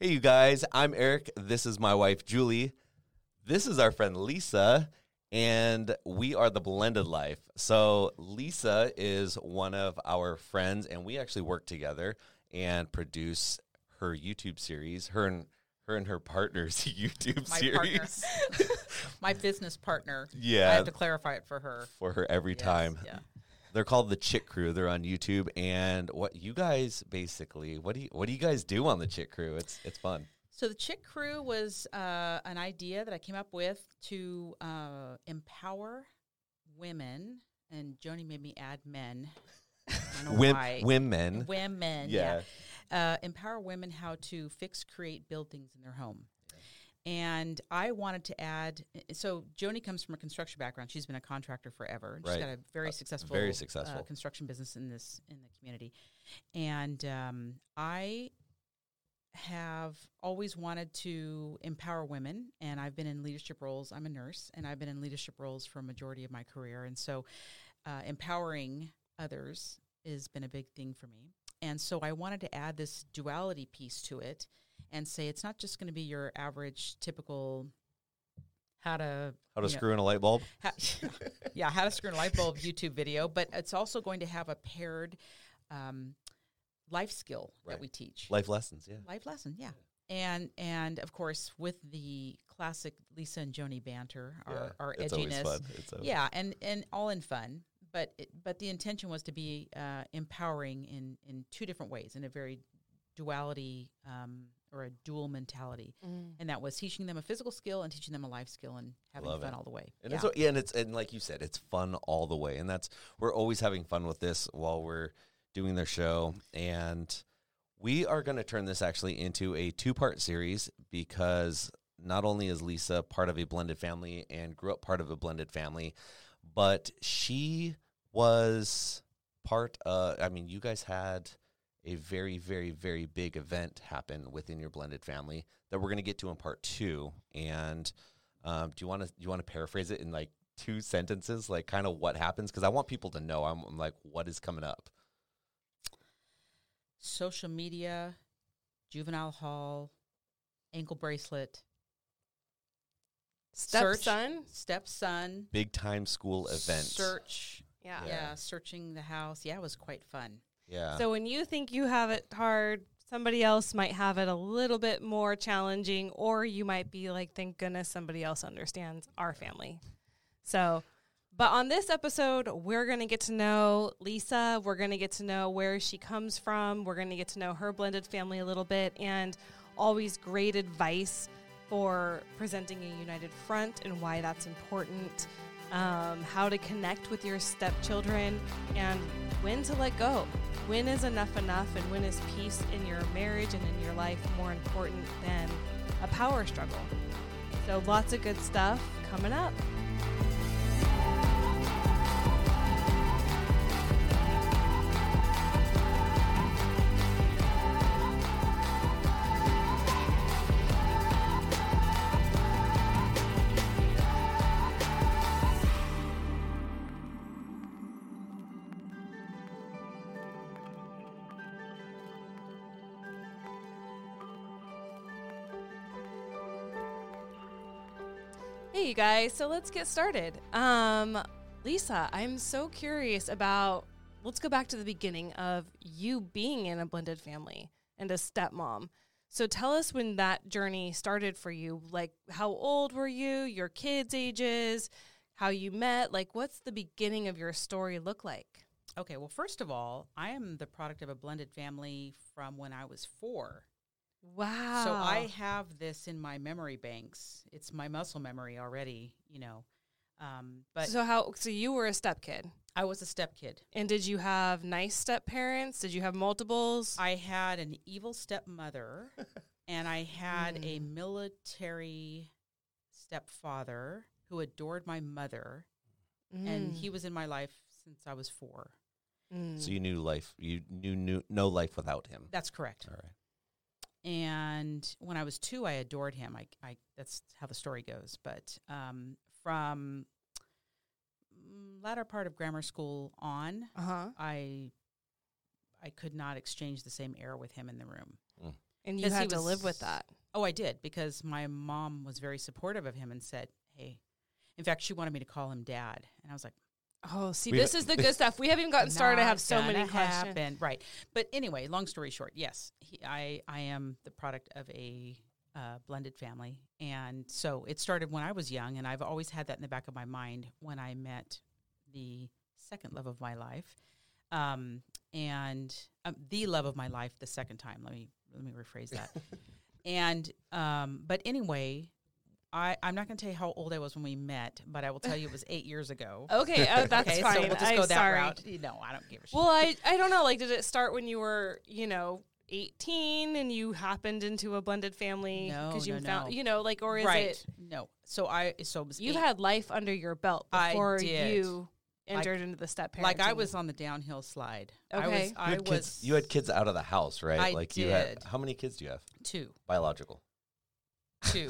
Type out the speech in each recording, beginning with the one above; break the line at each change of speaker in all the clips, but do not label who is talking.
Hey, you guys, I'm Eric. This is my wife, Julie. This is our friend, Lisa, and we are the Blended Life. So, Lisa is one of our friends, and we actually work together and produce her YouTube series, her and her and her partner's YouTube
my partner,
series
my business partner. I
Yeah.
had to clarify it for her.
for her every
Yes,
time.
yeah.
They're called the Chick Crew. They're on YouTube, and what you guys basically what do you what do you guys do on the Chick Crew? It's it's fun.
So the Chick Crew was uh, an idea that I came up with to uh, empower women, and Joni made me add men. I don't know
Wim,
why.
women,
Women, yeah. Uh, empower women how to fix, create buildings in their home. And I wanted to add. So Joni comes from a construction background. She's been a contractor forever. and
Right.
She's got a very successful,
very
uh,
successful.
construction business in this in the community. And um, I have always wanted to empower women and I've been in leadership roles. I'm a nurse and I've been in leadership roles for a majority of my career. And so uh, empowering others has been a big thing for me. And so I wanted to add this duality piece to it and say it's not just going to be your average typical how to
How to
you know,
screw in a light bulb?
how, yeah, how to screw in a light bulb YouTube video, but it's also going to have a paired um, life skill
Right.
that we teach.
Life lessons, yeah.
Life lesson, yeah. And and of course with the classic Lisa and Joni banter, our
yeah.
our
it's always
edginess,
fun. It's always
yeah, and and all in fun. But it, but the intention was to be uh, empowering in in two different ways, in a very duality um, or a dual mentality, and that was teaching them a physical skill and teaching them a life skill and having
Love
fun
it.
all the way.
And it's yeah, and it's and like you said, it's fun all the way. And that's we're always having fun with this while we're doing their show. And we are gonna turn this actually into a two part series because not only is Lisa part of a blended family and grew up part of a blended family, but she was part uh I mean, you guys had a very, very, very big event happen within your blended family that we're gonna get to in part two. And um, do you want to you want to paraphrase it in like two sentences, like kind of what happens? Because I want people to know. I'm, I'm like, what is coming up?
social media, juvenile hall, ankle bracelet, Search.
Stepson?
stepson
Big time school event.
search.
Yeah.
Yeah.
Yeah.
searching the house. Yeah, it was quite fun.
yeah.
So when you think you have it hard, somebody else might have it a little bit more challenging, or you might be like, thank goodness somebody else understands our family. So, but on this episode, we're going to get to know Lisa. We're going to get to know where she comes from. We're going to get to know her blended family a little bit and always great advice for presenting a united front and why that's important, um, how to connect with your stepchildren, and when to let go. When is enough enough, and when is peace in your marriage and in your life more important than a power struggle? So, lots of good stuff coming up. Hey, you guys. So let's get started. Um, Lisa, I'm so curious about let's go back to the beginning of you being in a blended family and a stepmom. So tell us when that journey started for you. Like, how old were you? Your kids' ages? How you met? Like, what's the beginning of your story look like?
Okay, well, first of all, I am the product of a blended family from when I was four.
Wow.
So I have this in my memory banks. It's my muscle memory already, you know. Um, but
so how? So you were a step kid,
I was a step kid.
and did you have nice step parents? Did you have multiples?
I had an evil stepmother, and I had a military stepfather who adored my mother,
Hmm.
and he was in my life since I was four.
Mm.
So you knew life. You knew, knew no life without him.
That's correct.
All right.
and when I was two, I adored him. I, I that's how the story goes. But um, from mm, latter part of grammar school on,
Uh huh.
I I could not exchange the same air with him in the room.
And you
Because he
had to live with
was-
that.
Oh, I did because my mom was very supportive of him and said, "Hey." In fact, she wanted me to call him dad, and I was like,
Oh, see,
We've-
this is the good stuff. We haven't even gotten started. I have
Not
so many
gonna
questions.
happen. Right. But anyway, long story short, yes, he, I I am the product of a uh, blended family, and so it started when I was young, and I've always had that in the back of my mind when I met the second love of my life, um, and um, the love of my life the second time. Let me let me rephrase that. and um, but anyway. I, I'm not going to tell you how old I was when we met, but I will tell you it was eight years ago.
Okay, oh, that's
Okay,
fine.
so we'll just go
I'm
that
sorry.
route. You know, I don't give a shit.
Well, I I don't know. Like, did it start when you were, you know, eighteen and you happened into a blended family
No,
you
no,
found,
no.
you know, like, or is
right.
it
No. So I so it was
you
eight.
had life under your belt
I
before
did.
you
Like-
entered into the step parenting?
like I was on the downhill slide. I was
Okay.
You
I
had,
was
kids, you had kids out of the house, right?
I
like you had.
did.
How many kids do you have?
two.
Biological.
Two.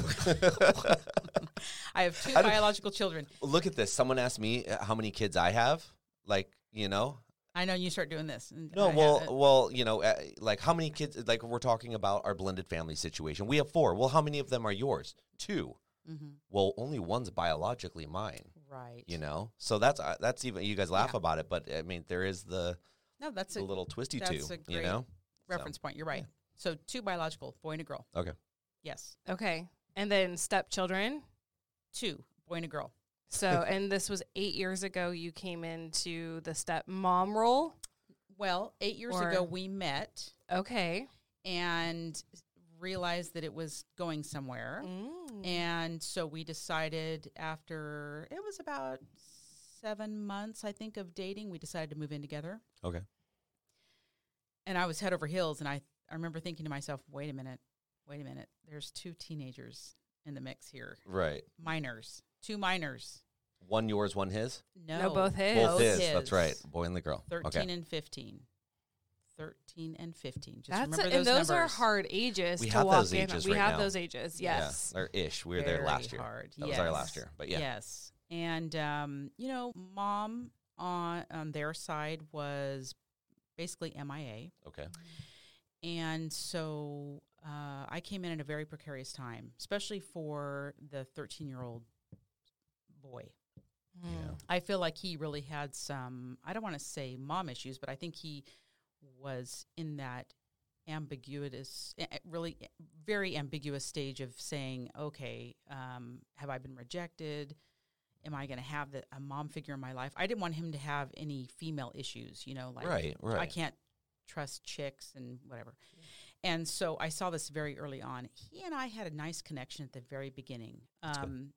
I have two
I don't-
biological children.
Look at this. Someone asked me uh, how many kids I have. Like you know,
I know you start doing this. and
No,
I
well,
haven't.
well, you know, uh, like how many kids? Like we're talking about our blended family situation. We have four. Well, how many of them are yours? Two.
Mhm.
Well, only one's biologically mine.
right.
You know, so that's uh, that's even you guys laugh
Yeah.
about it, but I mean, there is the,
No, that's
the
a
little twisty two.
that's a
You
great
know,
reference point. You're right. So two biological, boy and a girl.
Okay.
Yes.
okay, and then stepchildren.
Two, boy and a girl.
So, and this was eight years ago. You came into the step mom role.
Well, eight years
Or-
ago we met
Okay.
and realized that it was going somewhere.
Mm-hmm.
And so we decided after it was about seven months, I think, of dating, we decided to move in together.
Okay.
And I was head over heels. And I, I remember thinking to myself, wait a minute, wait a minute. There's two teenagers in the mix here,
right?
minors, two minors.
One yours, one his.
No,
No, both his.
Both
Both
his. That's
his.
right. Boy and the girl.
13
okay.
and 15. 13 and 15. Just
That's
remember
a-
those
and those are
numbers.
hard ages
We
to
have
walk
those
in.
ages
we
right
have
now.
those ages, yes.
Yeah. Or ish. We were there
Very
last year.
Hard.
That was our
Yes.
last year. But yeah.
Yes. And um, you know, mom on on their side was basically MIA,
Okay.
and so uh, I came in at a very precarious time, especially for the thirteen year old boy.
Yeah.
Mm.
I feel like he really had some. I don't want to say mom issues, but I think he was in that ambiguous, eh, eh, really eh, very ambiguous stage of saying, "Okay, um, have I been rejected? Am I going to have the, a mom figure in my life?" I didn't want him to have any female issues, you know, like
right. Right.
I can't trust chicks and whatever. And so I saw this very early on. He and I had a nice connection at the very beginning.
good.
Um,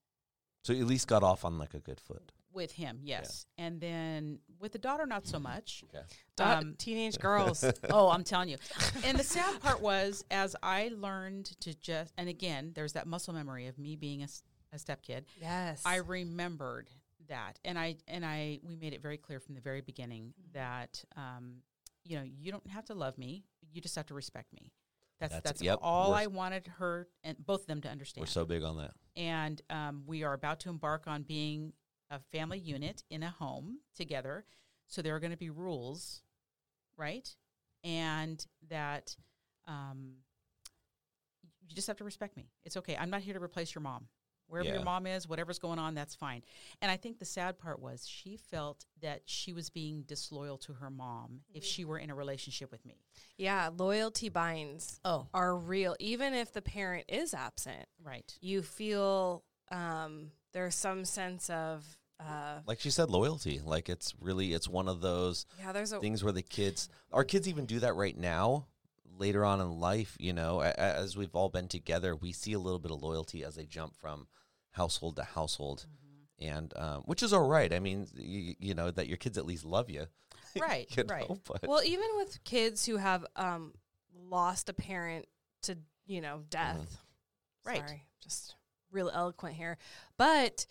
So you at least got off on like a good foot.
with him, yes. And then with the daughter, not so much.
Okay.
Da-
Um,
teenage girls.
oh, I'm telling you. And the sad part was, as I learned to just, and again, there's that muscle memory of me being a, s- a step kid.
yes.
I remembered that, and I and I we made it very clear from the very beginning that um, you know you don't have to love me, you just have to respect me. That's
That's-
that's,
yep,
all
we're
I
s-
wanted her and both of them to
We're
understand.
so big on that.
and um, we are about to embark on being a family unit in a home together, so there are going to be rules, right? And that um, you just have to respect me. It's okay. I'm not here to replace your mom. Wherever
Yeah.
your mom is, whatever's going on, that's fine. And I think the sad part was she felt that she was being disloyal to her mom
Mm-hmm.
if she were in a relationship with me.
Yeah, loyalty binds
Oh,
are real, even if the parent is absent.
right.
You feel um, there's some sense of uh,
Like she said, loyalty. Like it's really it's one of those
yeah. There's a
things where the kids, our kids, even do that right now. Later on in life, you know, a- a- as we've all been together, we see a little bit of loyalty as they jump from household to household,
Mm-hmm.
and um, which is all right. I mean, you, you know, that your kids at least love you,
Right,
you
right.
know, but-
well, even with kids who have um, lost a parent to you know death.
Right.
Sorry, just real eloquent here, but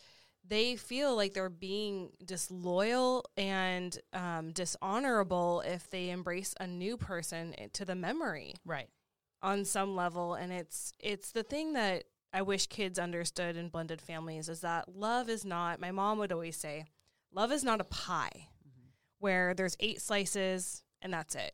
they feel like they're being disloyal and um, dishonorable if they embrace a new person i- to the memory.
Right.
on some level and it's it's the thing that I wish kids understood in blended families is that love is not my mom would always say love is not a pie where there's eight slices and that's it.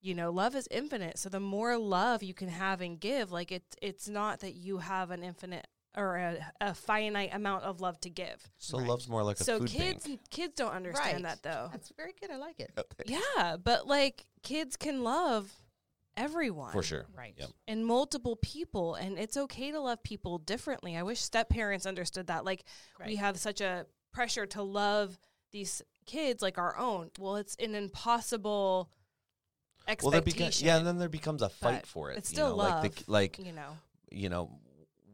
You know, love is infinite. So the more love you can have and give, like it's it's not that you have an infinite or a, a finite amount of love to give.
so love's more like a
so
food
kids
bank.
kids don't understand
Right.
that though.
That's very good. I like it.
Yeah, but like kids can love everyone
for sure.
Right.
Yep.
and multiple people and it's okay to love people differently i wish step parents understood that like we
Right.
have such a pressure to love these kids like our own well it's an impossible
Well,
expectation
there becomes yeah, and then there becomes a fight
but
for it.
it's
you
still
know, like
love.
the, k- like
you know
you know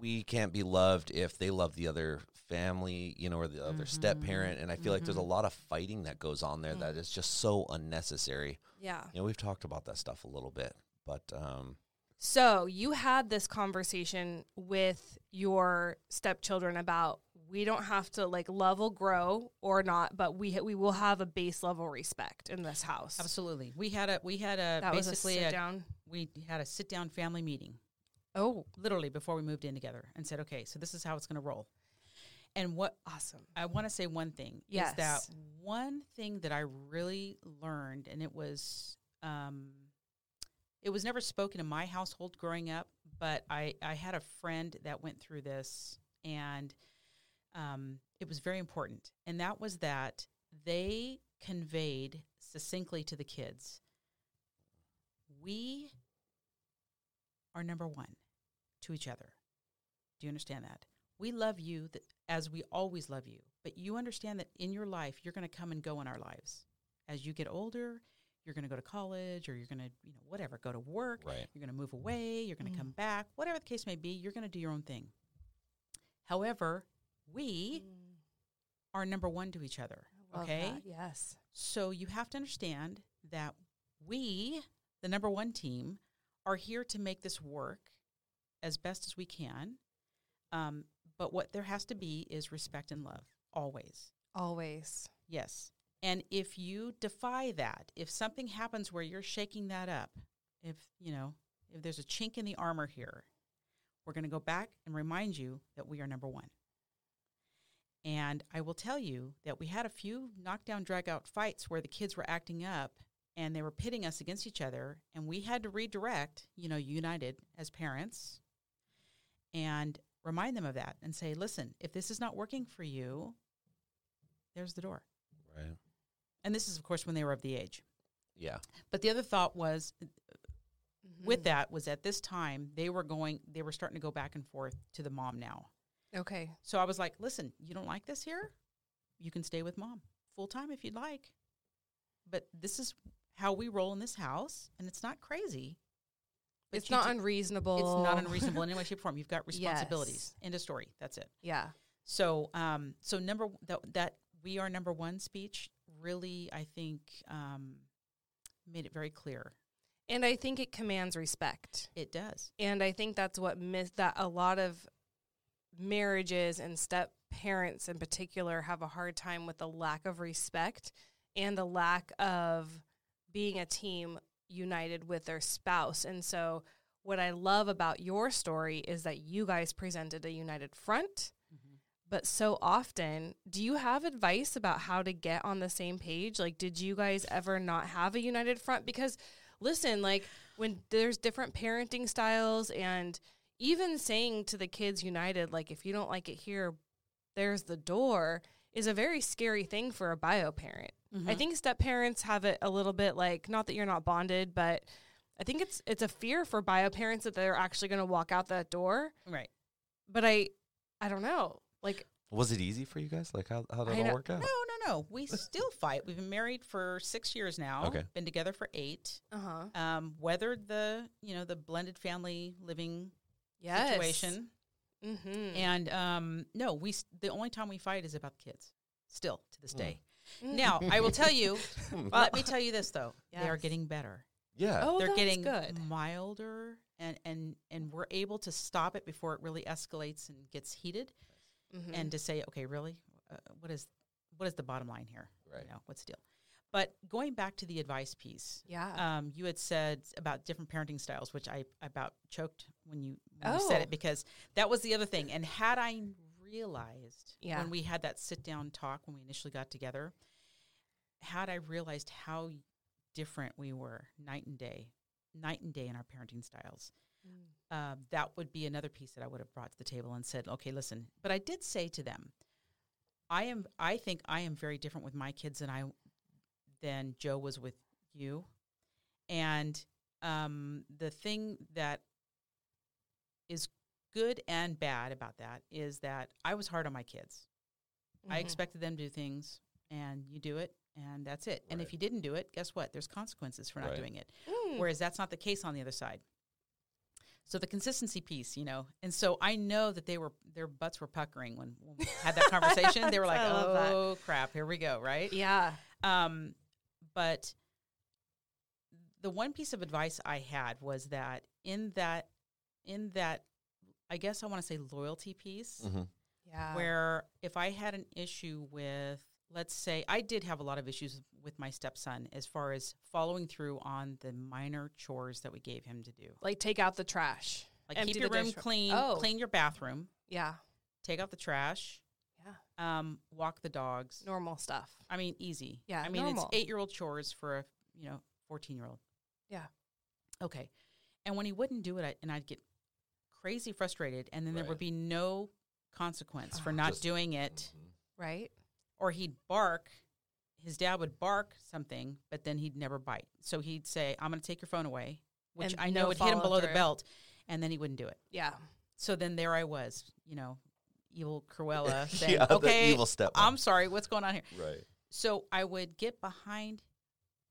we can't be loved if they love the other family you know or the other
Mm-hmm.
step parent and i feel like there's a lot of fighting that goes on there that is just so unnecessary
yeah
you know we've talked about that stuff a little bit but um
so you had this conversation with your stepchildren about we don't have to like level grow or not but we we will have a base level respect in this house
Absolutely. We had a we had a
that was a
basically
sit down
we had a sit down family meeting
oh
literally before we moved in together and said, okay, so this is how it's going to roll. And what
awesome
I want to say one thing is that
Yes.
one thing that I really learned, and it was um, it was never spoken in my household growing up, but I I had a friend that went through this, and um, it was very important, and that was that they conveyed succinctly to the kids, we are number one to each other. Do you understand that? We love you th- as we always love you, but you understand that in your life, you're going to come and go in our lives. As you get older, you're going to go to college or you're going to, you know, whatever, go to work,
Right.
you're going to move away, you're going to
Mm.
come back, whatever the case may be, you're going to do your own thing. However, we are number one to each other.
Mm. Love
Okay.
that, Yes.
So you have to understand that we, the number one team, are here to make this work as best as we can. Um, but what there has to be is respect and love always.
Always.
Yes. And if you defy that, if something happens where you're shaking that up, if you know, if there's a chink in the armor here, we're going to go back and remind you that we are number one. And I will tell you that we had a few knockdown, drag out fights where the kids were acting up and they were pitting us against each other. And we had to redirect, you know, united as parents and remind them of that and say, listen, if this is not working for you, there's the door.
right
And this is, of course, when they were of the age.
yeah
But the other thought was
Mm. Mm-hmm.
with that was at this time they were going, they were starting to go back and forth to the mom now.
Okay.
So I was like, listen, you don't like this here? You can stay with mom full time if you'd like. But this is how we roll in this house, and it's not crazy. But
it's
you
not
do-
unreasonable.
It's not unreasonable in any way, shape, or form. You've got
Yes.
responsibilities. End of story. That's it.
yeah.
So, um, so number that that we are number one speech really, I think, um, made it very clear.
And I think it commands respect.
It does.
And I think that's what miss that a lot of marriages and step parents in particular have a hard time with the lack of respect and the lack of being a team united with their spouse. And so what I love about your story is that you guys presented a united front. But so often, do you have advice about how to get on the same page? Like, did you guys ever not have a united front? Because listen, like, when there's different parenting styles and even saying to the kids united like if you don't like it here there's the door is a very scary thing for a bio parent i
Mhm.
think step parents have it a little bit like not that you're not bonded but i think it's it's a fear for bio parents that they're actually going to walk out that door
right.
but i i don't know like
Was it easy for you guys? Like how how did
I
it all
know-
work out?
No, no, no. We still fight. We've been married for six years now.
Okay.
Been together for eight.
uh-huh
Um, weathered the you know the blended family living
yes
situation,
mm-hmm.
and um, no, we s- the only time we fight is about the kids. Still to
Mm.
this
Hmm.
day. Now I will tell you. let me tell you this though, they are
Yes.
getting better.
yeah.
oh
They're
that's
getting
good
milder, and and and we're able to stop it before it really escalates and gets heated.
Mhm.
and to say, okay, really, uh, what is what is the bottom line here?
Right.
You know, what's the deal? But going back to the advice piece,
yeah
um, you had said about different parenting styles, which I about choked when you, when you said
Oh.
it because that was the other thing. And had I realized
Yeah.
when we had that sit down talk when we initially got together, had I realized how different we were night and day, night and day in our parenting styles,
Mm-hmm.
uh, that would be another piece that I would have brought to the table and said, okay, listen. But I did say to them, I am. I think I am very different with my kids than I than Joe was with you, and um, the thing that is good and bad about that is that I was hard on my kids. I
Mm-hmm.
Mhm.
expected them to do things, and you do it, and that's it. And
Right.
if you didn't do it, guess what? There's consequences for not
Right.
doing it
Mm.
whereas that's not the case on the other side. So the consistency piece, you know, and so I know that they were their butts were puckering when, when we had that conversation. they were like,
I love that.
"Oh crap, here we go," right?
yeah
Um, but the one piece of advice I had was that in that in that I guess I want to say loyalty piece,
Mhm.
yeah
where if I had an issue with, let's say, I did have a lot of issues with my stepson as far as following through on the minor chores that we gave him to do.
like take out the trash
Like
Empty
keep your
the
room
dish-
clean,
Oh.
clean your bathroom,
yeah
take out the trash,
yeah
um, walk the dogs.
normal stuff
I mean, easy.
Yeah,
I mean,
normal.
it's eight year old chores for a you know fourteen year old.
Yeah.
Okay. And when he wouldn't do it, I, and I'd get crazy frustrated, and then there
Right.
would be no consequence for
Ah.
not
Just-
doing it.
Mhm.
right
or he'd bark. His dad would bark something, but then he'd never bite. So he'd say, "I'm going to take your phone away," which
And
I
no
know would hit him
follow
below the
through.
belt, and then he wouldn't do it.
yeah
So then there I was, you know, evil Cruella saying,
yeah,
"Okay, um,
the evil step.
I'm sorry, what's going on here?"
right.
So I would get behind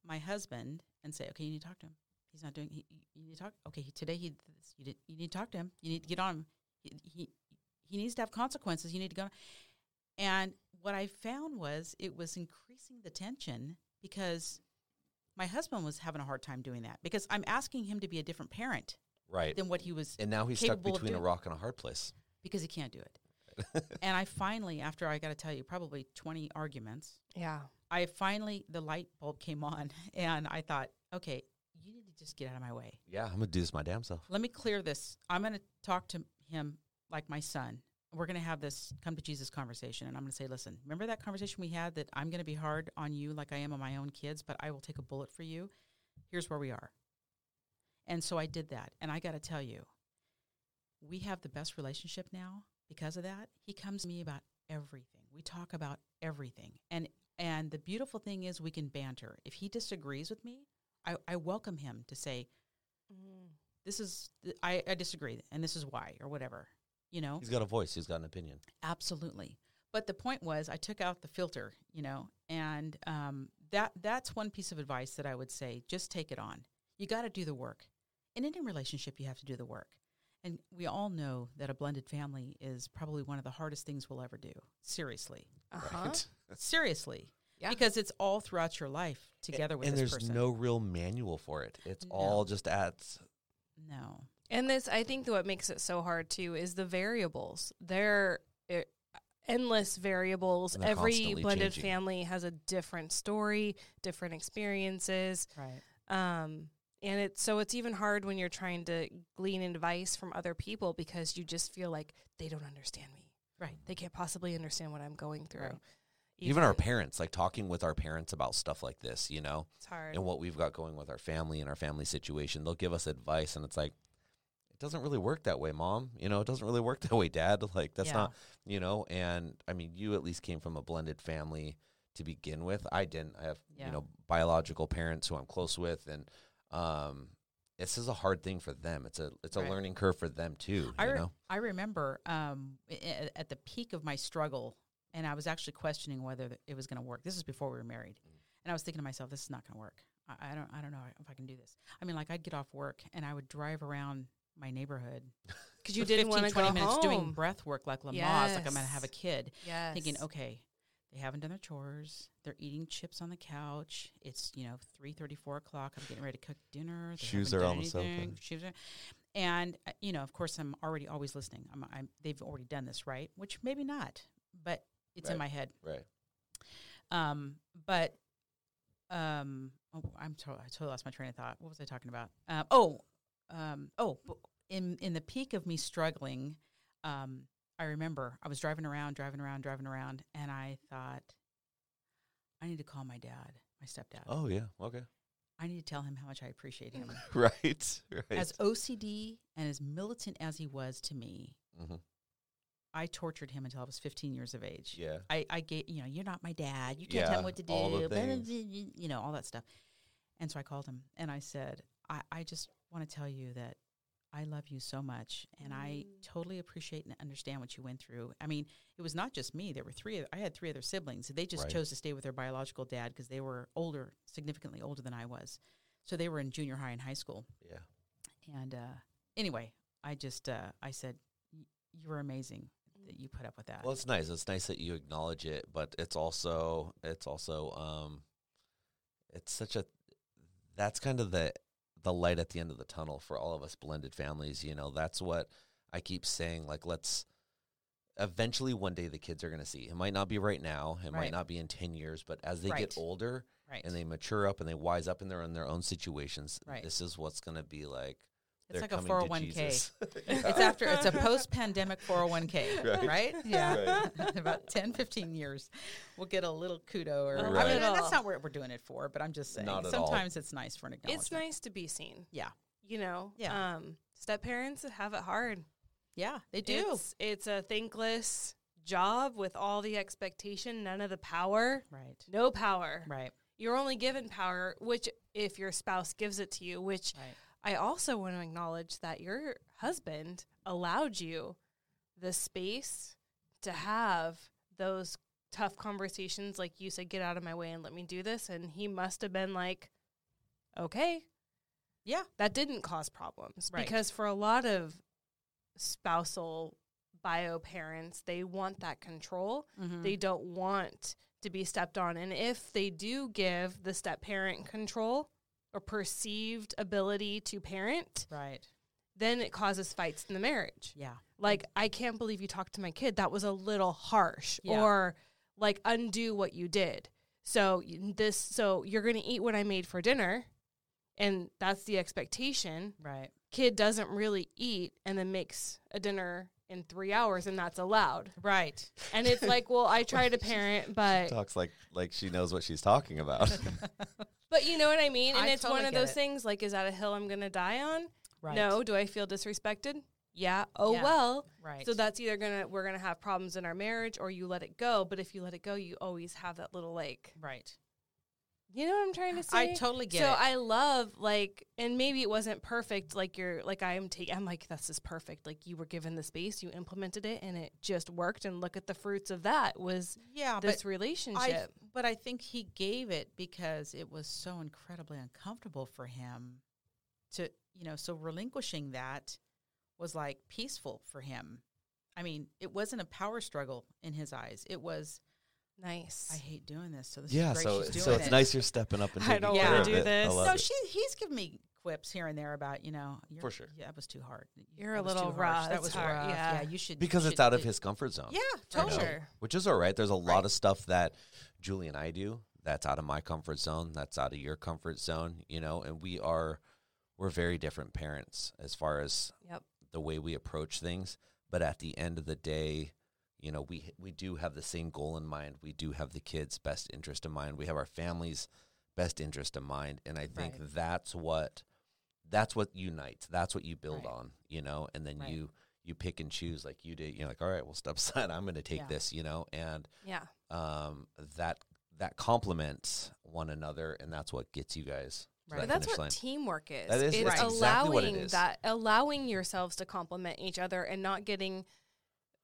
my husband and say, "Okay, you need to talk to him. He's not doing. He, you- you need to talk. Okay, he- today he did this. you did, you need to talk to him. You need to get on him. He, he he needs to have consequences. You need to go." And what I found was it was increasing the tension because my husband was having a hard time doing that because I'm asking him to be a different parent
Right.
than what he was
and now he's stuck
capable of
between a
doing-
rock and a hard place.
because he can't do it. and I finally, after I got to tell you, probably 20 arguments,
yeah
I finally the light bulb came on and I thought, okay, you need to just get out of my way.
Yeah, I'm gonna do this my damn self.
Let me clear this. I'm going to talk to him like my son. We're going to have this come to Jesus conversation and I'm going to say, listen, remember that conversation we had that I'm going to be hard on you like I am on my own kids, but I will take a bullet for you. Here's where we are. And so I did that and I got to tell you, we have the best relationship now because of that. He comes to me about everything. We talk about everything. And and the beautiful thing is we can banter. If he disagrees with me, I, I welcome him to say,
Mm.
this is th- I, I disagree and this is why or whatever you know
He's got a voice. He's got an opinion.
absolutely but the point was i took out the filter you know and um, that that's one piece of advice that i would say just take it on you got to do the work in any relationship you have to do the work and we all know that a blended family is probably one of the hardest things we'll ever do seriously
uh-huh
Right.
seriously
Yeah.
because it's all throughout your life together with
and
this
there's
person
no real manual for it. It's all just at
no
And this, I think, what makes it so hard too is the variables. They're uh, endless variables.
And they're
Every
constantly
blended
changing.
family has a different story, different experiences,
right
um, and it's so it's even hard when you're trying to glean advice from other people because you just feel like they don't understand me.
right
They can't possibly understand what I'm going through.
Right.
even our parents, like talking with our parents about stuff like this, you know,
it's hard.
and what we've got going with our family and our family situation. They'll give us advice, and it's like, it doesn't really work that way, mom. You know, it doesn't really work that way, dad. Like, that's
Yeah.
not, you know, and I mean, you at least came from a blended family to begin with. I didn't. I have,
Yeah.
you know, biological parents who I'm close with. And, um, this is a hard thing for them. It's a it's a
Right.
learning curve for them too.
I
you
re-
know,
I remember um, i- i- at the peak of my struggle, and I was actually questioning whether th- it was going to work. This is before we were married, and I was thinking to myself, "This is not going to work. I, I don't, I don't know if I can do this." I mean, like I'd get off work and I would drive around my neighborhood
because you
for
didn't
15,
want to go
20 minutes
home.
doing breath work like Lamaze, like I'm going to have a
Yes.
kid,
yes.
thinking, "Okay." They haven't done their chores. They're eating chips on the couch. It's you know three thirty, four o'clock. I'm getting ready to cook dinner. They
Shoes
haven't
are
done
on the sofa.
anything. Shoes are, and uh, you know, of course, I'm already always listening. I'm, I'm they've already done this, right? Which maybe not, but it's in
Right.
my head.
right?
Um, but um, oh, I'm to- I totally lost my train of thought. What was I talking about? Um, oh, um, oh, b- in in the peak of me struggling, um, I remember I was driving around, driving around, driving around, and I thought, I need to call my dad, my stepdad.
Oh yeah, okay,
I need to tell him how much I appreciate him.
right, right.
as OCD and as militant as he was to me,
mm-hmm.
I tortured him until I was 15 years of age.
Yeah,
I, I gave, you know, you're not my dad. You can't tell
Yeah,
me what to do.
all the
blah, blah,
things.
blah, you know, all that stuff. And so I called him and I said, I, I just want to tell you that I love you so much and I totally appreciate and understand what you went through. I mean, it was not just me. There were three, oth- I had three other siblings. They just
Right.
chose to stay with their biological dad because they were older, significantly older than I was. So they were in junior high and high school.
yeah.
And uh, anyway, I just, uh, I said, "Y- you were amazing that you put up with that.
Well, it's nice. It's nice that you acknowledge it, but it's also it's also um it's such a that's kind of the the light at the end of the tunnel for all of us blended families, you know. That's what I keep saying like let's eventually one day the kids are going to see. It might not be right now, it
Right.
might not be in 10 years, but as they
Right.
get older
right.
and they mature up and they wise up in their own their own situations,
Right.
this is what's going to be like
It's
They're
like a
coming to
401k.
Jesus.
It's after it's a post-pandemic 401k, right?
Right.
Yeah. About 10, 15 years, we'll get a little kudo or
Right.
I mean,
Right.
that's not what we're doing it for, but I'm just saying
Not at all.
sometimes it's nice for an acknowledgement.
it's nice to be seen.
Yeah.
You know,
Yeah.
Um, step parents have it hard.
Yeah, they do.
It's, it's a thankless job with all the expectation, none of the power,
right.
no power.
Right.
You're only given power, which if your spouse gives it to you, which
Right.
I also want to acknowledge that your husband allowed you the space to have those tough conversations. Like you said, get out of my way and let me do this. And he must have been like, okay.
Yeah.
That didn't cause problems.
Right.
Because for a lot of spousal bio parents, they want that control
Mhm.
they don't want to be stepped on. And if they do give the step parent control or perceived ability to parent,
right.
then it causes fights in the marriage.
Yeah.
Like, I can't believe you talked to my kid. That was a little harsh.
Yeah.
Or like, undo what you did. So y- this, so you're going to eat what I made for dinner. And that's the expectation.
Right.
Kid doesn't really eat and then makes a dinner in three hours, and that's allowed.
Right.
And it's like, well, I try to parent, but
Talks like like she knows what she's talking about.
But you know what I mean? And
I
it's
totally
one of
get
those
it.
things like, is that a hill I'm going to die on?
Right.
No. Do I feel disrespected? Yeah. Oh,
Yeah.
well.
Right.
So that's either going to, we're going to have problems in our marriage or you let it go. But if you let it go, you always have that little like,
right.
you know what I'm trying to say?
I totally get
so
it.
I love like, and maybe it wasn't perfect. Like you're like I am taking. I'm like this is perfect. Like you were given the space, you implemented it, and it just worked. And look at the fruits of that was
yeah, Ah, but
this relationship.
I, but I think he gave it because it was so incredibly uncomfortable for him to, you know, so relinquishing that was like peaceful for him. I mean, it wasn't a power struggle in his eyes. It was, I
nice.
hate doing this. So this
yeah,
is great.
so
she's doing
so it's
it.
nice you're stepping up and
I
taking
don't
care
wanna
of
do
it. I
this.
love
So
it.
she, he's given me quips here and there about, you know, you're,
For sure.
Yeah, that was too hard. You-
You're
that
a
was too
little
harsh.
rough.
That
That's
was
hard.
rough.
Yeah.
Yeah. you should
because
you
it's
should-
out of
it-
his comfort zone.
Yeah,
you know,
totally.
Sure.
Which is all right. There's a lot
Right.
of stuff that Julie and I do that's out of my comfort zone, that's out of your comfort zone, you know, and we are we're very different parents as far as
Yep.
the way we approach things, but at the end of the day, you know, we we do have the same goal in mind. We do have the kids' best interest in mind. We have our families' best interest in mind, and I think
Right.
that's what that's what unites. That's what you build
Right.
on, you know, and then
Right.
you you pick and choose like you did. You're like, all right, well, step aside. I'm going to take
Yeah.
this, you know, and
Yeah.
um, that that complements one another, and that's what gets you guys. to
Right.
But
that
that's
finish
what
line.
teamwork is.
That is-
it's
that's
exactly what it
allowing
is.
that allowing yourselves to complement each other and not getting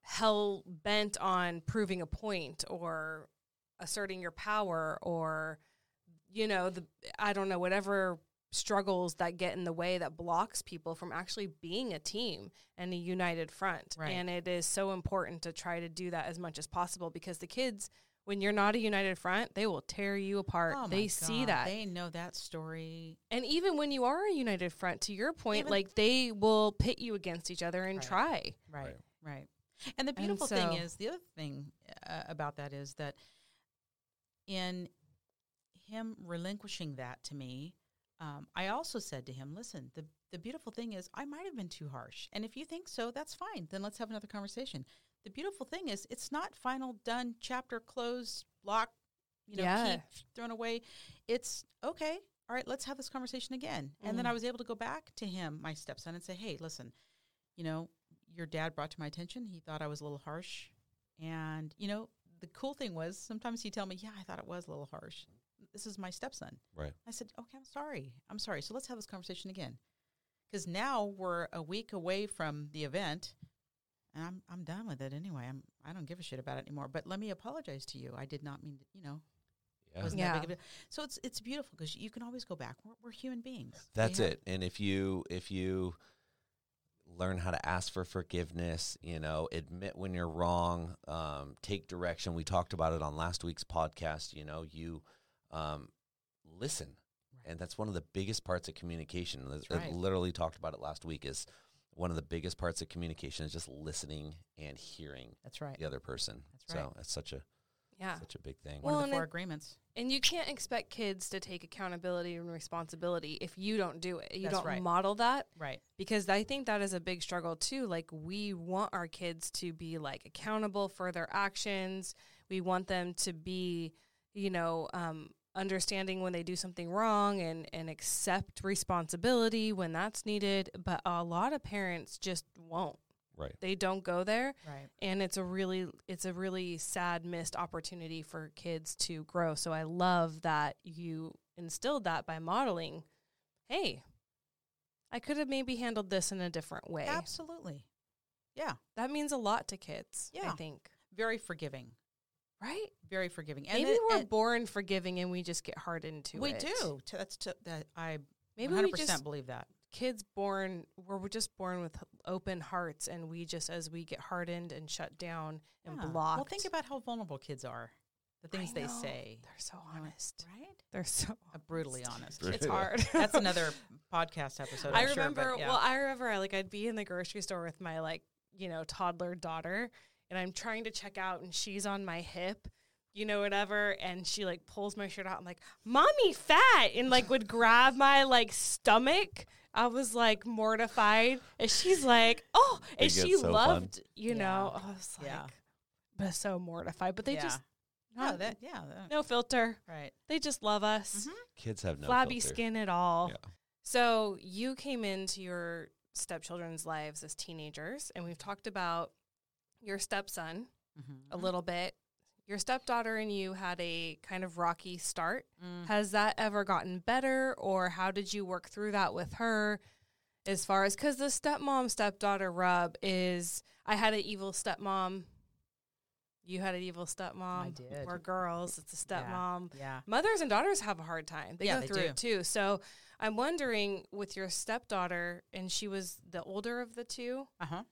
hell bent on proving a point or asserting your power or you know the I don't know whatever struggles that get in the way that blocks people from actually being a team and a united front.
Right.
And it is so important to try to do that as much as possible because the kids when you're not a united front, they will tear you apart.
Oh my
they see
God,
that.
They know that story.
And even when you are a united front, to your point,
Even-
like they will pit you against each other and
Right.
try.
Right.
Right.
Right. And the
And
beautiful thing
so-
is the other thing uh, about that is that in him relinquishing that to me, um, I also said to him, "Listen, the the beautiful thing is I might have been too harsh, and if you think so, that's fine. Then let's have another conversation." The beautiful thing is it's not final, done, chapter closed, lock, you know,
Yeah.
key thrown away. It's okay. All right, let's have this conversation again. And then
Mm.
I was able to go back to him, my stepson, and say, "Hey, listen, you know, your dad brought to my attention. He thought I was a little harsh. And, you know, the cool thing was sometimes he'd tell me, Yeah, I thought it was a little harsh. This is my stepson.
Right.
I said, Okay, I'm sorry. I'm sorry. So let's have this conversation again. Because now we're a week away from the event. And I'm I'm done with it anyway. I'm I don't give a shit about it anymore. But let me apologize to you. I did not mean to, you know,
Yeah.
wasn't
Yeah.
that big of a So it's it's beautiful because you can always go back. We're, we're human beings. We
That's
have-
it. And if you if you learn how to ask for forgiveness, you know, admit when you're wrong, um, take direction. We talked about it on last week's podcast. You know, you um, listen, and that's one of the biggest parts of communication. That's
right.
literally talked about it last week. Is one of the biggest parts of communication is just listening and hearing
That's right.
the other person.
That's right.
So that's such a
Yeah.
such a big thing.
One
Well,
of
and
the four
it-
agreements.
And you can't expect kids to take accountability and responsibility if you don't do it. You
That's
don't
right.
model that
Right.
because I think that is a big struggle too. Like we want our kids to be like accountable for their actions. We want them to be, you know, um, understanding when they do something wrong and and accept responsibility when that's needed. But a lot of parents just won't.
Right.
They don't go there,
Right.
and it's a really it's a really sad missed opportunity for kids to grow. So I love that you instilled that by modeling. Hey, I could have maybe handled this in a different way.
Absolutely. Yeah.
That means a lot to kids. I
Yeah.
think
Very forgiving.
right.
Very forgiving.
maybe
it-
we're
and
born forgiving and we just get hardened to
we
it.
do. T- That's t- that I
Maybe we
100%
just
believe that.
kids born we're we're just born with open hearts and we just as we get hardened and shut down and
Yeah.
blocked.
Well, think about how vulnerable kids are. The
I
things they
know.
say.
They're so
You know,
honest.
Right?
They're so
Uh, brutally honest.
Bru-
it's
Yeah.
hard.
That's another podcast episode.
I
I'm sure, but
remember.
yeah.
Well, I remember. Like, I'd be in the grocery store with my like, you know, toddler daughter, and I'm trying to check out, and she's on my hip, you know, whatever, and she like pulls my shirt out. I'm like, "Mommy, fat," and like would grab my like stomach. I was like mortified, and she's like, "Oh," and
Think
she
it's so fun.
loved, you
Yeah.
know. I was like,
Yeah.
but so mortified. But they
Yeah.
just
no, that yeah, that-
no filter.
right.
They just love us
Kids have no
flabby
filter.
skin at all.
Yeah.
So you came into your stepchildren's lives as teenagers, and we've talked about your stepson
Mm-hmm.
a little bit. Your stepdaughter and you had a kind of rocky start.
Mm-hmm.
Has that ever gotten better, or how did you work through that with her? As far as because the stepmom stepdaughter rub is, I had an evil stepmom. You had an evil stepmom.
did.
We're girls. It's a stepmom
Yeah.
mothers and daughters have a hard time. They go
Yeah, they
through
do.
it too. So I'm wondering with your stepdaughter, and she was the older of the two.
Uh huh.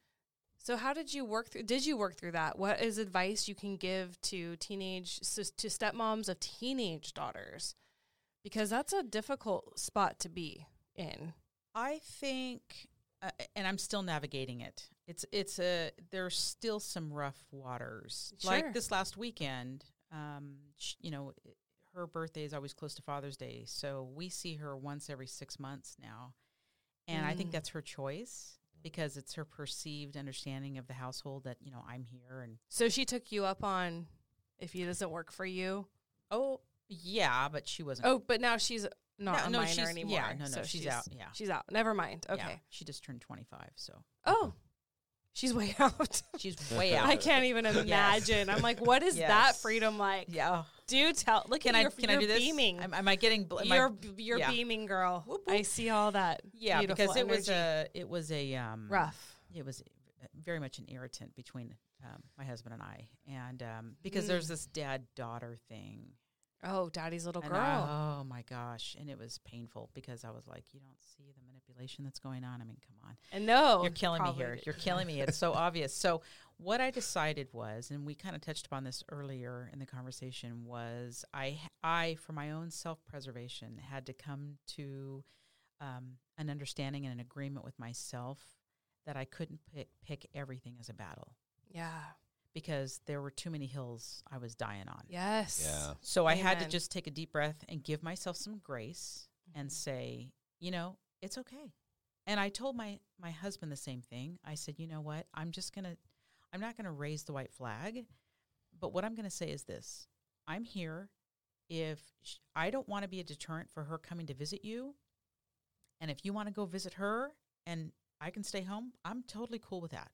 So how did you work through? Did you work through that? What is advice you can give to teenage s- to stepmoms of teenage daughters? Because that's a difficult spot to be in.
I think, uh, and I'm still navigating it. It's it's a there's still some rough waters.
Sure.
Like this last weekend, um, sh- you know, i- her birthday is always close to Father's Day, so we see her once every six months now, and I
Mm.
think that's her choice because it's her perceived understanding of the household that you know I'm here and
So she took you up on if it doesn't work for you.
oh yeah, but she wasn't.
Oh, but now she's not
No,
a
no,
minor
she's-
anymore.
yeah, no, no,
so
she's out, yeah.
she's out. Never mind.
Yeah,
Oh, Okay.
she just turned 25, so
Oh, she's way out.
she's way out.
I can't even imagine. I'm like, what is that
Yes.
freedom like?
Yeah.
Do tell. Look
Can
at
I
your,
can
you're
I do this?
beaming.
Am, am I getting bl- am I-
you're you're
yeah.
beaming, girl.
Whoop,
I
whoop.
see all that.
Yeah,
beautiful
because it was
energy.
a it was a um
rough.
it was uh, very much an irritant between um, my husband and I, and um, because there's this dad daughter thing.
Mm. Oh, daddy's little
and
girl.
I- oh my gosh, and it was painful because I was like, you don't see the manipulation that's going on. I mean, come on,
and no,
you're killing me
Oh, probably
here.
did.
You're killing me. It's so obvious. So what I decided was, and we kind of touched upon this earlier in the conversation, was I I for my own self preservation had to come to um, an understanding and an agreement with myself that I couldn't pick, pick everything as a battle
Yeah.
because there were too many hills I was dying on.
Yes.
Yeah.
So I had to
Amen.
just take a deep breath and give myself some grace and
Mm-hmm.
say, you know, it's okay. And I told my my husband the same thing. I said, you know what? I'm just going to I'm not going to raise the white flag, but what I'm going to say is this. I'm here if sh- I don't want to be a deterrent for her coming to visit you. And if you want to go visit her and I can stay home, I'm totally cool with that.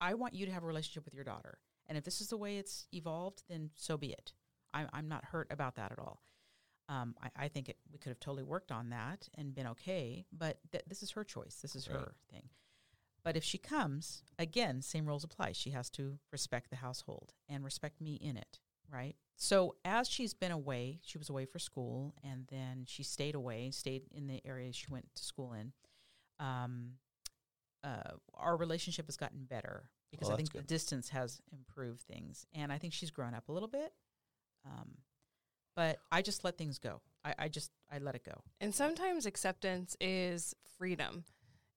I want you to have a relationship with your daughter. And if this is the way it's evolved, then so be it. I'm, I'm not hurt about that at all. Um, I, I think it, we could have totally worked on that and been okay, but th- this is her choice. This is
Right.
her thing. But if she comes, again, same rules apply. She has to respect the household and respect me in it, right? So as she's been away, she was away for school and then she stayed away, stayed in the area she went to school in. Um, uh, our relationship has gotten better because
Well,
I
that's
think the
good.
distance has improved things, and I think she's grown up a little bit. Um, but I just let things go. I, I just I let it go.
And sometimes acceptance is freedom.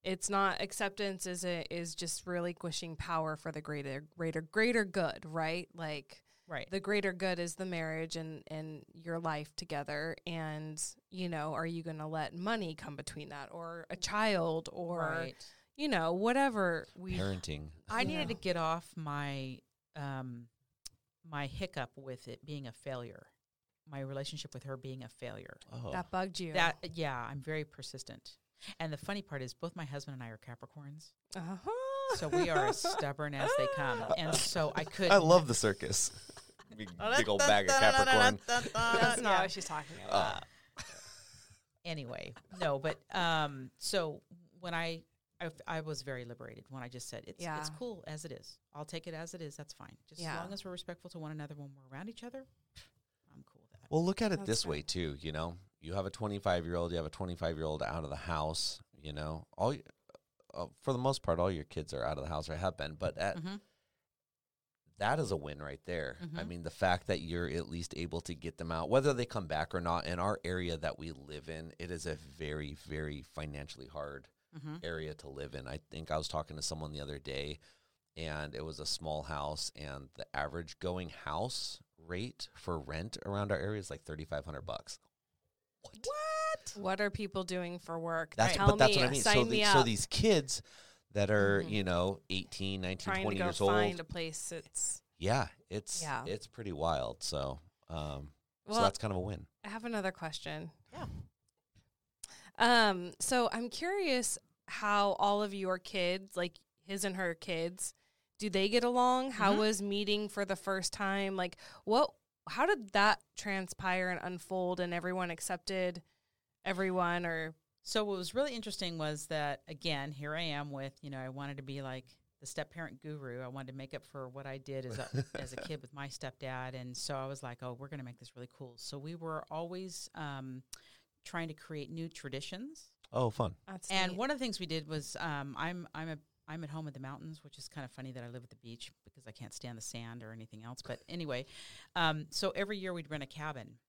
It's not acceptance is it is just relinquishing power for the greater greater greater good, right? Like
Right.
the greater good is the marriage and and your life together and you know, are you going to let money come between that or a child or
right.
you know, whatever we
Parenting.
I
you
needed
know.
to get off my um, my hiccup with it being a failure. My relationship with her being a failure.
Oh.
that bugged you.
That yeah, I'm very persistent. And the funny part is, both my husband and I are Capricorns,
Uh-huh.
so we are as stubborn as they come. And so I could.
I love the circus. Big, big old bag of Capricorn.
That's not
Yeah.
what she's talking about.
Ah.
anyway, no, but um, so when I, I I was very liberated when I just said it's it's
Yeah.
cool as it is. I'll take it as it is. That's fine. Just
Yeah.
as long as we're respectful to one another when we're around each other, I'm cool with that.
Well, look at it
That's
this
right.
way too. You know, you have a 25 year old, you have a 25 year old out of the house. You know, all y- uh, for the most part, all your kids are out of the house or have been. But at,
Mhm.
that is a win right there. I
Mhm.
mean, the fact that you're at least able to get them out, whether they come back or not. In our area that we live in, it is a very, very financially hard
Mhm.
area to live in. I think I was talking to someone the other day and it was a small house and the average going house rate for rent around our area is like 3500 bucks.
What are people doing for work?
That's
Tell
but that's
me,
what I mean.
Sign
So,
me
the,
up.
so these kids that are,
Mhm.
you know, 18, 19,
trying
20
to go
years
find
old.
a place that's
Yeah, it's
Yeah.
it's pretty wild. So, um
well
so that's kind of a win.
I have another question.
Yeah.
Um, so I'm curious how all of your kids, like his and her kids, do they get along? How
Mhm.
was meeting for the first time? Like what how did that transpire and unfold and everyone accepted everyone or
So what was really interesting was that again, here I am with you know I wanted to be like the step parent guru. I wanted to make up for what I did as a, as a kid with my stepdad, and so I was like, oh, we're going to make this really cool. So we were always um, trying to create new traditions.
Oh, fun.
that's
And
neat.
one of the things we did was um, I'm I'm a I'm at home in the mountains, which is kind of funny that I live at the beach because I can't stand the sand or anything else. But anyway, um, so every year we'd rent a cabin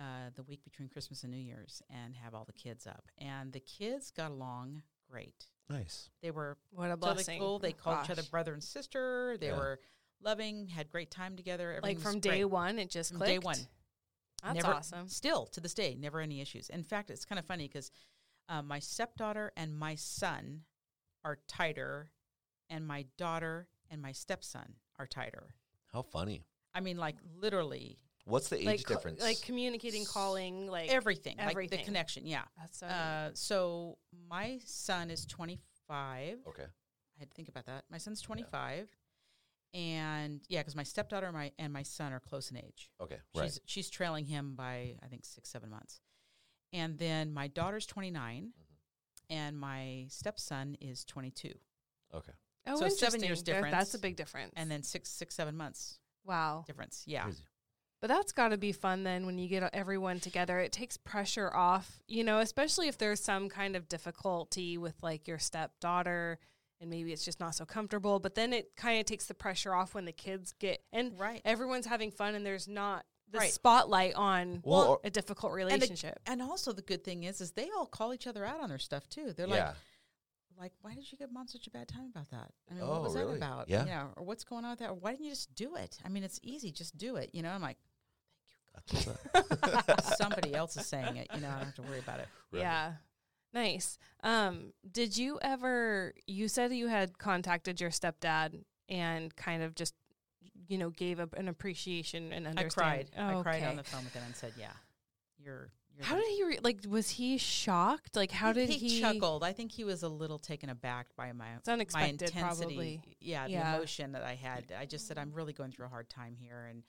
uh, the week between Christmas and New Year's and have all the kids up, and the kids got along great.
Nice.
They were
what a
totally
blessing.
cool. They called each other
Gosh.
brother and sister. They
Yeah.
were loving, had great time together.
like
Everything was
from day
great.
one it just
From
clicked.
day one.
That's
Never-
awesome.
Still to this day, never any issues. In fact, it's kind of funny because uh, my stepdaughter and my son are tighter, and my daughter and my stepson are tighter.
How funny.
I mean, like literally.
What's the age
like co-
difference?
like communicating, calling, like
everything, like
everything.
the connection. Yeah.
That's so
Uh, so my son is 25.
Oh.
okay.
I had to think about that. My son's 25, and yeah, because my stepdaughter and my and my son are close in age.
Okay.
She's
Right.
she's trailing him by I think six seven months, and then my daughter's 29,
Mm-hmm.
and my stepson is 22,
Okay.
oh,
so seven
interesting.
years
That- That's
difference.
a big difference.
and then six six seven months
wow,
difference. Yeah,
Crazy.
But that's got to be fun then when you get everyone together. It takes pressure off, you know, especially if there's some kind of difficulty with like your stepdaughter and maybe it's just not so comfortable. But then it kind of takes the pressure off when the kids get and
right.
everyone's having fun and there's not the
Right.
spotlight on
Well, or-
a difficult
and the-
relationship.
And also the good thing is, is they all call each other out on their stuff too. They're
yeah.
like, like, why did you give mom such a bad time about that? I mean,
Oh,
what was
really?
that about?
Yeah.
You know, or what's going on with that? Or why didn't you just do it? I mean, it's easy. Just do it. You know, I'm like,
That's what's up.
somebody else is saying it. You know, I don't have to worry about it.
Right.
Yeah. Nice. Um, did you ever you said you had contacted your stepdad and kind of just you know gave up an appreciation and
I
understanding.
cried. I cried
Okay.
on the phone with him and said, yeah, you're. you're
How
the-
did he re- like? Was he shocked? Like, how
I
did
think
he?
he chuckled? I think he was a little taken aback by my
It's unexpected,
my intensity,
probably.
yeah,
Yeah.
the emotion that I had. I just said, I'm really going through a hard time here, and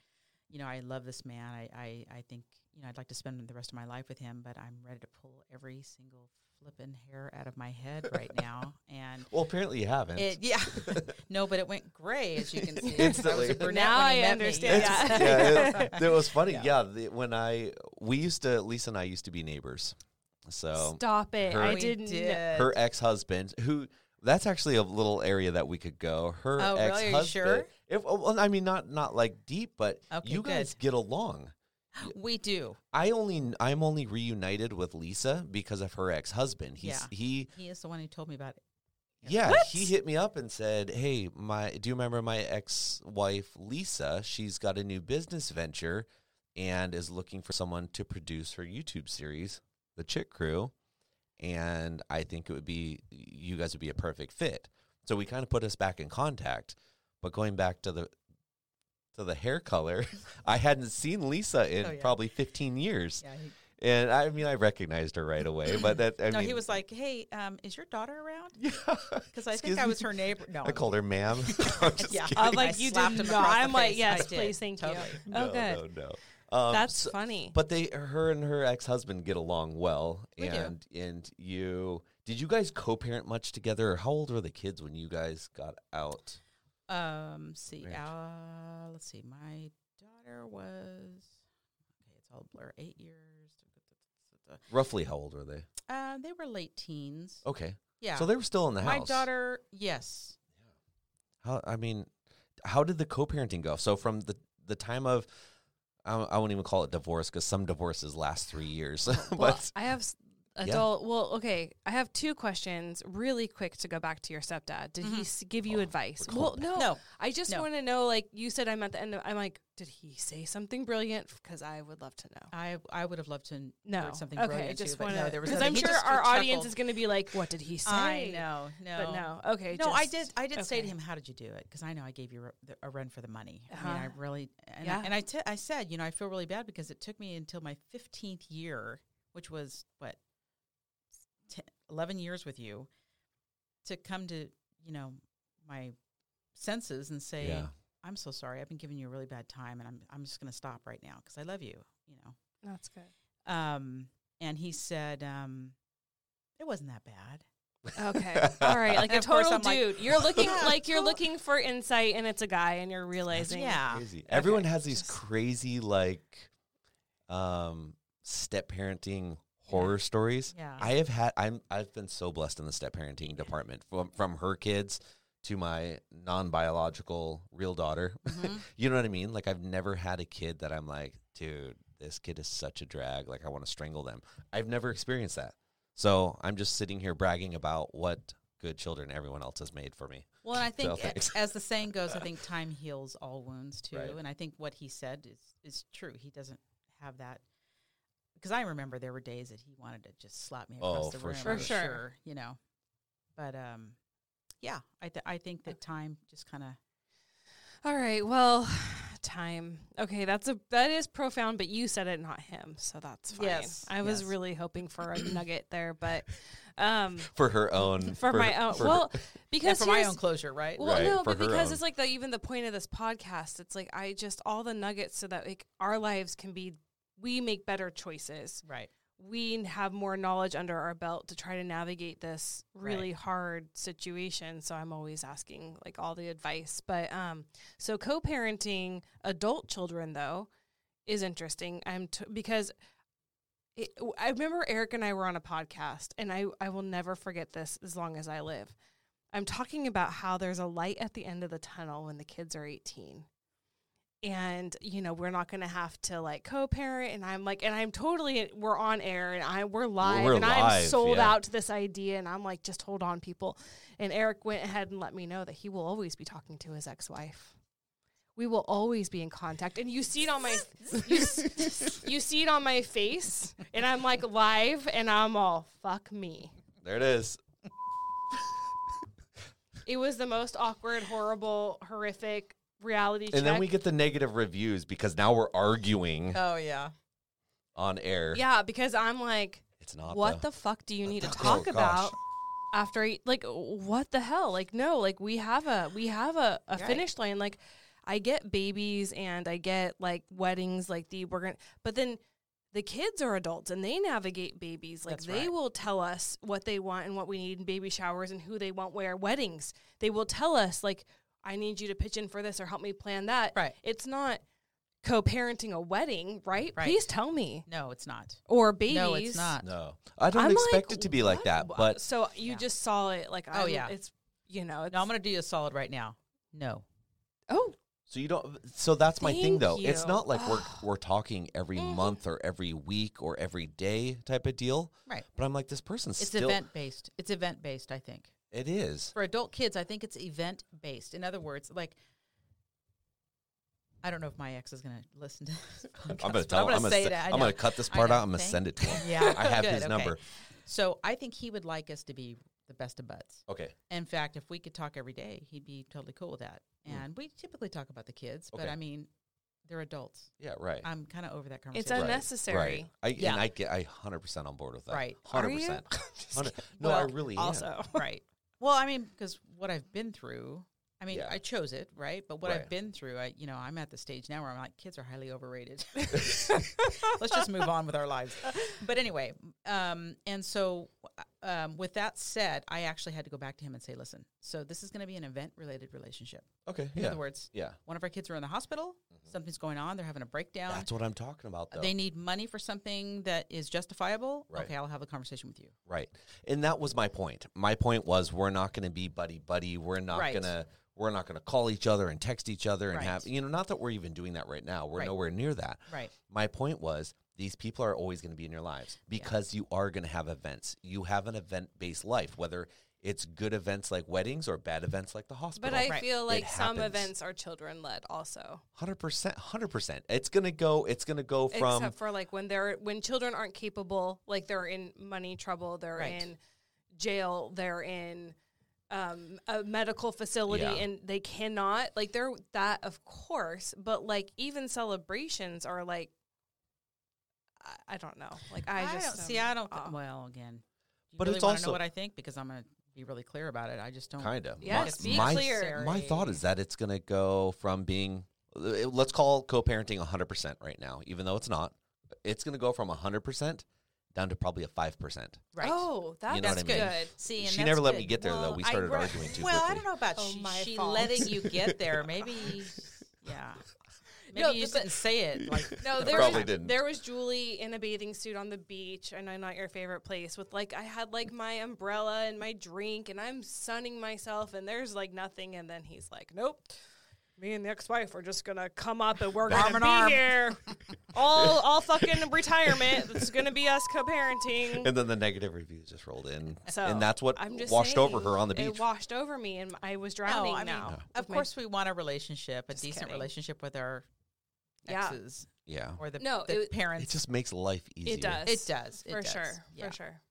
you know, I love this man. I, I, I think you know, I'd like to spend the rest of my life with him, but I'm ready to pull every single flippin' hair out of my head right now. And
Well, apparently you haven't.
it, yeah, no, but it went gray as you can see. I was
Instantly.
a brunette
Now
when
I
he met me.
understand.
It's-
Yeah.
yeah, it, it was funny.
Yeah.
Yeah, the, when I we used to Lisa and I used to be neighbors. So
Stop it! I
We
didn't.
did.
Know.
her ex husband, who that's actually a little area that we could go. Her
Oh,
ex
really? Are you
husband.
sure?
If oh, well, I mean not not like deep, but
Okay,
you guys get along.
we do.
I only I'm only reunited with Lisa because of her ex husband. He's
Yeah.
he
He is the one who told me about it.
Yeah, he hit me up and said, "Hey, my do you remember my ex-wife Lisa? She's got a new business venture and is looking for someone to produce her YouTube series, The Chick Crew, and I think it would be you guys would be a perfect fit." So we kind of put us back in contact. But going back to the to the hair color, I hadn't seen Lisa in
Oh, yeah.
probably 15 years.
Yeah, he,
And I mean, I recognized her right away, but that I
no,
mean,
he was like, "Hey, um, is your daughter around?"
yeah.
Because I
Excuse
think I
me.
was her neighbor. No,
I called her ma'am. I'm just
Yeah. Oh,
kidding.
I'm
I
like you
slapped
did
him
not.
across the
I'm like
face.
yes,
I did.
please, thank
Totally.
you. Oh, good.
No, no. Um,
That's
so-
funny.
But they, her and her ex-husband get along well,
We do.
and and you did you guys co-parent much together, or how old were the kids when you guys got out?
Um, see,
Ranch.
uh, let's see. My daughter was okay. It's all a blur. Eight years.
Roughly, how old were they?
Uh, they were late teens.
Okay,
Yeah.
Oh, so they were still in the
my
house.
daughter. Yes.
How I mean, how did the co-parenting go? So from the the time of, I, I won't even call it divorce because some divorces last three years.
Well,
but
I have s- adult. Well, okay. I have two questions really quick to go back to your stepdad. Did he s- give you
Oh,
advice?
we're
Well,
going
Mm-hmm. no.
No.
I just
No.
want to know. Like you said, I'm at the end. of I'm like, did he say something brilliant? Because I would love to know.
I I would have loved to n-
No.
heard something
okay. I
brilliant
just
too, but
want
no, there was
because
nothing.
I'm
He
sure
just
our
chuckled.
audience is going to be like, what did he say?
I know. No.
But no. Okay.
No, I
just-
did. I did say to
okay.
him, "How did you do it?" Because I know I gave you r- the- a run for the money. I mean, I
Uh-huh.
really and
Yeah.
I, and I, t- I said, you know, I feel really bad because it took me until my fifteenth year, which was what t- eleven years with you, to come to you know my senses and say,
yeah,
"I'm so sorry. I've been giving you a really bad time, and I'm I'm just going to stop right now because I love you." You know.
That's good.
Um, and he said, um, "It wasn't that bad."
Okay. All right. Like
And
a
of course
total
I'm like,
dude. you're looking
Yeah,
like you're
total-
looking for insight, and it's a guy, and you're realizing.
Yeah.
crazy. Everyone has these
just-
crazy like um step parenting horror stories.
Yeah.
I have had I'm I've been so blessed in the step parenting department from from her kids to my non-biological real daughter.
Mm-hmm.
Mhm.
you know what I mean? Like I've never had a kid that I'm like, dude, this kid is such a drag, like I want to strangle them. I've never experienced that. So, I'm just sitting here bragging about what good children everyone else has made for me.
Well, and I
So,
think a-
thanks.
as the saying goes, I think time heals all wounds too.
Right.
And I think what he said is is true. He doesn't have that because I remember there were days that he wanted to just slap me across
Oh,
the
for
room.
sure.
I'm
For sure.
you know. But um, yeah, I th- I think that time just kind of
All right. Well, time. Okay, that's a that is profound, but you said it, not him, so that's fine.
Yes,
I was
yes.
really hoping for a nugget there, but um,
for her own
for, my own
for her-
well,
And
because
for my
here's-
own closure, right?
Well,
Right,
no,
for
but
her
because
own.
it's like the even the point of this podcast, it's like I just all the nuggets so that like our lives can be we make better choices.
right.
We n- have more knowledge under our belt to try to navigate this really hard situation. So I'm always asking like all the advice. But um so co-parenting adult children though is interesting. I'm t- because it, w- I remember Eric and I were on a podcast, and I, I will never forget this as long as I live. I'm talking about how there's a light at the end of the tunnel when the kids are 18. And, you know, we're not going to have to like co parent. And I'm like, and I'm totally, we're on air and I, we're live
we're
and I'm
live,
sold
yeah.
out to this idea. And I'm like, just hold on, people. And Eric went ahead and let me know that he will always be talking to his ex wife. We will always be in contact. And you see it on my, you, s- you see it on my face. And I'm like live and I'm all, fuck me.
there it is.
It was the most awkward, horrible, horrific reality check.
And then we get the negative reviews because now we're arguing
Oh yeah.
on air.
yeah, because I'm like,
It's not
what
the,
the fuck do you need to
Oh,
talk
gosh.
about after eight- like what the hell? Like no, like we have a we have a, a
Right.
finish line. Like I get babies and I get like weddings, like the we're gonna, but then. The kids are adults and they navigate babies. Like
That's
they
right.
will tell us what they want and what we need in baby showers and who they want where weddings. They will tell us like, I need you to pitch in for this or help me plan that.
Right.
It's not co-parenting a wedding, right?
Right.
Please tell me
No, it's not.
or babies.
No, it's not.
No, I don't
I'm
expect
like,
it to be like
what?
that.
Wha-
But
so you
Yeah.
just saw it, like
Oh,
I'm-
yeah.
it's you know, it's,
No, I'm going to do you a solid right now. No.
oh
so you don't. So that's my thing,
Thank
though. It's
you.
not like we're
Ah.
we're talking every
Mm-hmm.
Mhm.
month or every week or every day type of deal.
Right.
But I'm like, this person's
It's
still.
event based. It's event based, I think.
It is.
For adult kids, I think it's event based. In other words, like I don't know if my ex is going to listen to this podcast,
I'm gonna
but
tell.
I'm
I'm
going to
gonna.
say
se-
it. I
I'm
know.
gonna cut this
I
part
know.
out. I'm gonna
Thank-
send it to him.
Yeah.
I have
Good,
his
okay.
number.
So I think he would like us to be the best of buds.
Okay.
In fact, if we could talk every day, he'd be totally cool with that.
Mm.
And we typically talk about the kids, but
Okay.
I mean, they're adults.
Yeah. Right.
I'm kind of over that
it's
conversation.
Right,
unnecessary.
Right. I,
Yeah.
And I get. I hundred percent on board with that.
Right.
Are
Hundred
you?
percent.
Just
Hundred-
kidding.
No, I
Well,
really am.
also
right. Well, I mean, because what I've been through, I mean,
Yeah.
I chose it, right? But what I've
Right.
been through, I, you know, I'm at the stage now where I'm like, kids are highly overrated. Let's just move on with our lives. But anyway, um, and so uh, um, with that said, I actually had to go back to him and say, listen, so this is going to be an event related relationship.
Okay.
In
Yeah. Mm-hmm.
other words,
Yeah.
one of our kids are in the hospital, something's going on, they're having a breakdown.
That's what I'm talking about, though.
they need money for something that is justifiable.
Right.
Okay, I'll have a conversation with you.
Right. And that was my point. My point was we're not going to be buddy buddy. We're not
Right.
going to we're not going to call each other and text each other and
Right.
have you know not that we're even doing that right now. We're
Right.
nowhere near that.
Right.
My point was these people are always going to be in your lives because you are going to have events. You have an event-based life whether it's good events like weddings or bad events like the hospital.
but I
Right.
feel
It
like some
happens.
events are children led also.
100%, 100%. It's going to go it's going to go from
Except for like when they're when children aren't capable, like they're in money trouble, they're
Right.
in jail, they're in um, a medical facility,
Yeah.
and they cannot like they're that of course. But like even celebrations are like I, I don't know. Like I, just
don't see.
am
I don't. Th-
off.
well, again, you
But
really
it's
wanna know
also-
what I think because I'm going to be really clear about it. I just don't.
Kind of.
Yes, be clear.
My thought is that it's going to go from being, uh, let's call co parenting 100% right now, even though it's not. It's going to go from 100% down to probably a 5%.
right.
Oh, that's
know what I
good.
mean?
See, and
she
that's
never let
good.
me get there,
Well,
though. We
I-
started
right.
arguing too
Well, I
quickly.
don't know about
Oh,
she,
my
she
fault.
letting you get there. Maybe, yeah. Maybe
No,
you just
but-
didn't say it. Like,
No,
I
there
probably
was,
didn't.
There was Julie in a bathing suit on the beach, and I'm not your favorite place. With like, I had like my umbrella and my drink, and I'm sunning myself, and there's like nothing. And then he's like, "Nope, me and the ex-wife are just gonna come up, and we're
Arm
gonna
in
be
arm.
here all all fucking retirement. It's gonna be us co-parenting."
And then the negative reviews just rolled in.
So
and that's what
I'm just
washed over
saying,
her on the
It
beach.
washed over me, and I was drowning
no, Oh, I mean,
now.
of
with my-
course we want a relationship, a
Just
decent
kidding.
relationship with our
Yeah.
exes
yeah.
or the,
No,
the
it-
parents.
It just makes life easier.
it does.
It does. It
for
does.
sure.
Yeah.
For sure.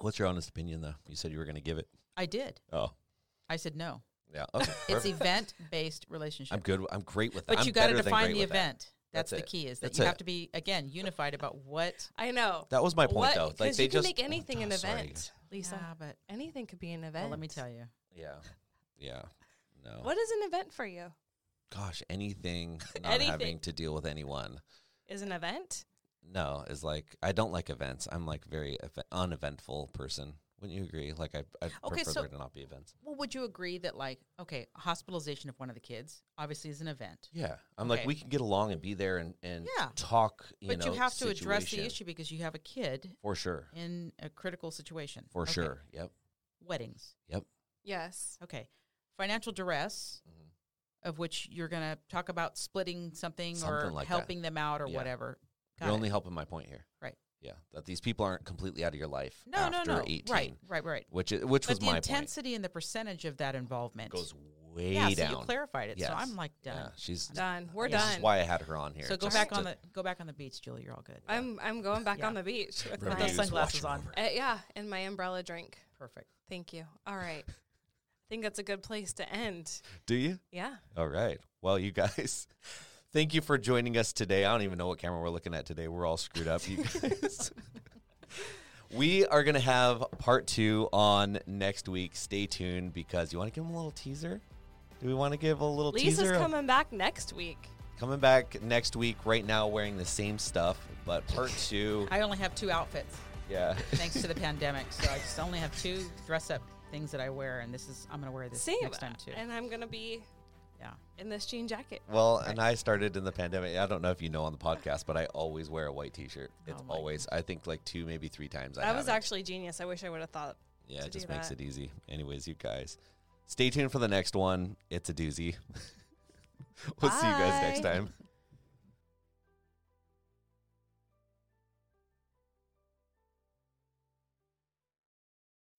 What's your honest opinion, though? You said you were going to give it.
I did.
Oh,
I said no.
Yeah. Okay.
It's
perfect.
event based relationship.
I'm good. I'm great with that.
But
I'm
you got to
better than
define
great
the
with that.
event. That's,
That's it.
the key is that
That's
you
it.
have to be again unified about what.
I know.
That was my point,
What-
though. Like
'cause
they
you can
just
make anything an
Oh, sorry,
event,
guys.
Lisa.
Yeah, but
Anything could be an event.
well, let me tell you.
Yeah. Yeah. No.
What is an event for you?
Gosh, anything not
Anything.
having to deal with anyone.
Is an event?
No, is like I don't like events. I'm like very ev- uneventful person. Wouldn't you agree? Like I, I
Okay,
prefer
so-
there to not be events.
Well, would you agree that like okay, hospitalization of one of the kids obviously is an event,
Yeah, I'm
Okay.
like we can get along and be there and and
Yeah.
talk. You
but
know,
you have to address the
situation.
issue because you have a kid
for sure,
in a critical situation.
for
Okay.
sure. Yep,
Weddings.
yep.
Yes.
Okay. Financial duress,
Mhm.
of which you're going to talk about splitting something, or
Something like that.
helping them out or
Yeah.
whatever. Got
You're
it.
only helping my point here.
Right.
Yeah, that these people aren't completely out of your life.
no, no,
after
no.
18,
Right, right, right.
Which i- which was
But the
my
intensity and the percentage of that involvement
point. Goes way
yeah,
down.
so you clarified it. So
Yes.
I'm like done.
Yeah, she's.
Done. We're
this
done.
is why I had her on here.
So go
just
back on
to
the go back on the beach, Julie. You're all good.
I'm I'm going back
Yeah.
on the beach with
Those
my
reviews, watch
sunglasses
her
on.
over.
Uh, yeah, and my umbrella drink.
Perfect.
Thank you. All right. I think that's a good place to end.
Do you?
Yeah.
All right. Well, you guys, thank you for joining us today. I don't even know what camera we're looking at today. We're all screwed up, you guys. we are going to have part two on next week. Stay tuned because you want to give them a little teaser? Do we want to give a little
Lisa's
teaser? of-
coming back next week.
coming back next week, right now, wearing the same stuff, but part two.
I only have two outfits
yeah.
thanks to the pandemic, so I just only have two dress up things that I wear, and this is I'm going to wear this
Same.
next time too.
And I'm gonna be
yeah.
in this jean jacket.
Well, and I started in the pandemic. I don't know if you know on the podcast, but I always wear a white T-shirt. It's
Oh my
always, I think, like two, maybe three times. I
That
have
was
it.
actually genius. I wish I would have thought.
Yeah,
to
it
do
just makes
that.
it easy. Anyways, you guys, stay tuned for the next one. It's a doozy. we'll see you guys next
Bye.
time.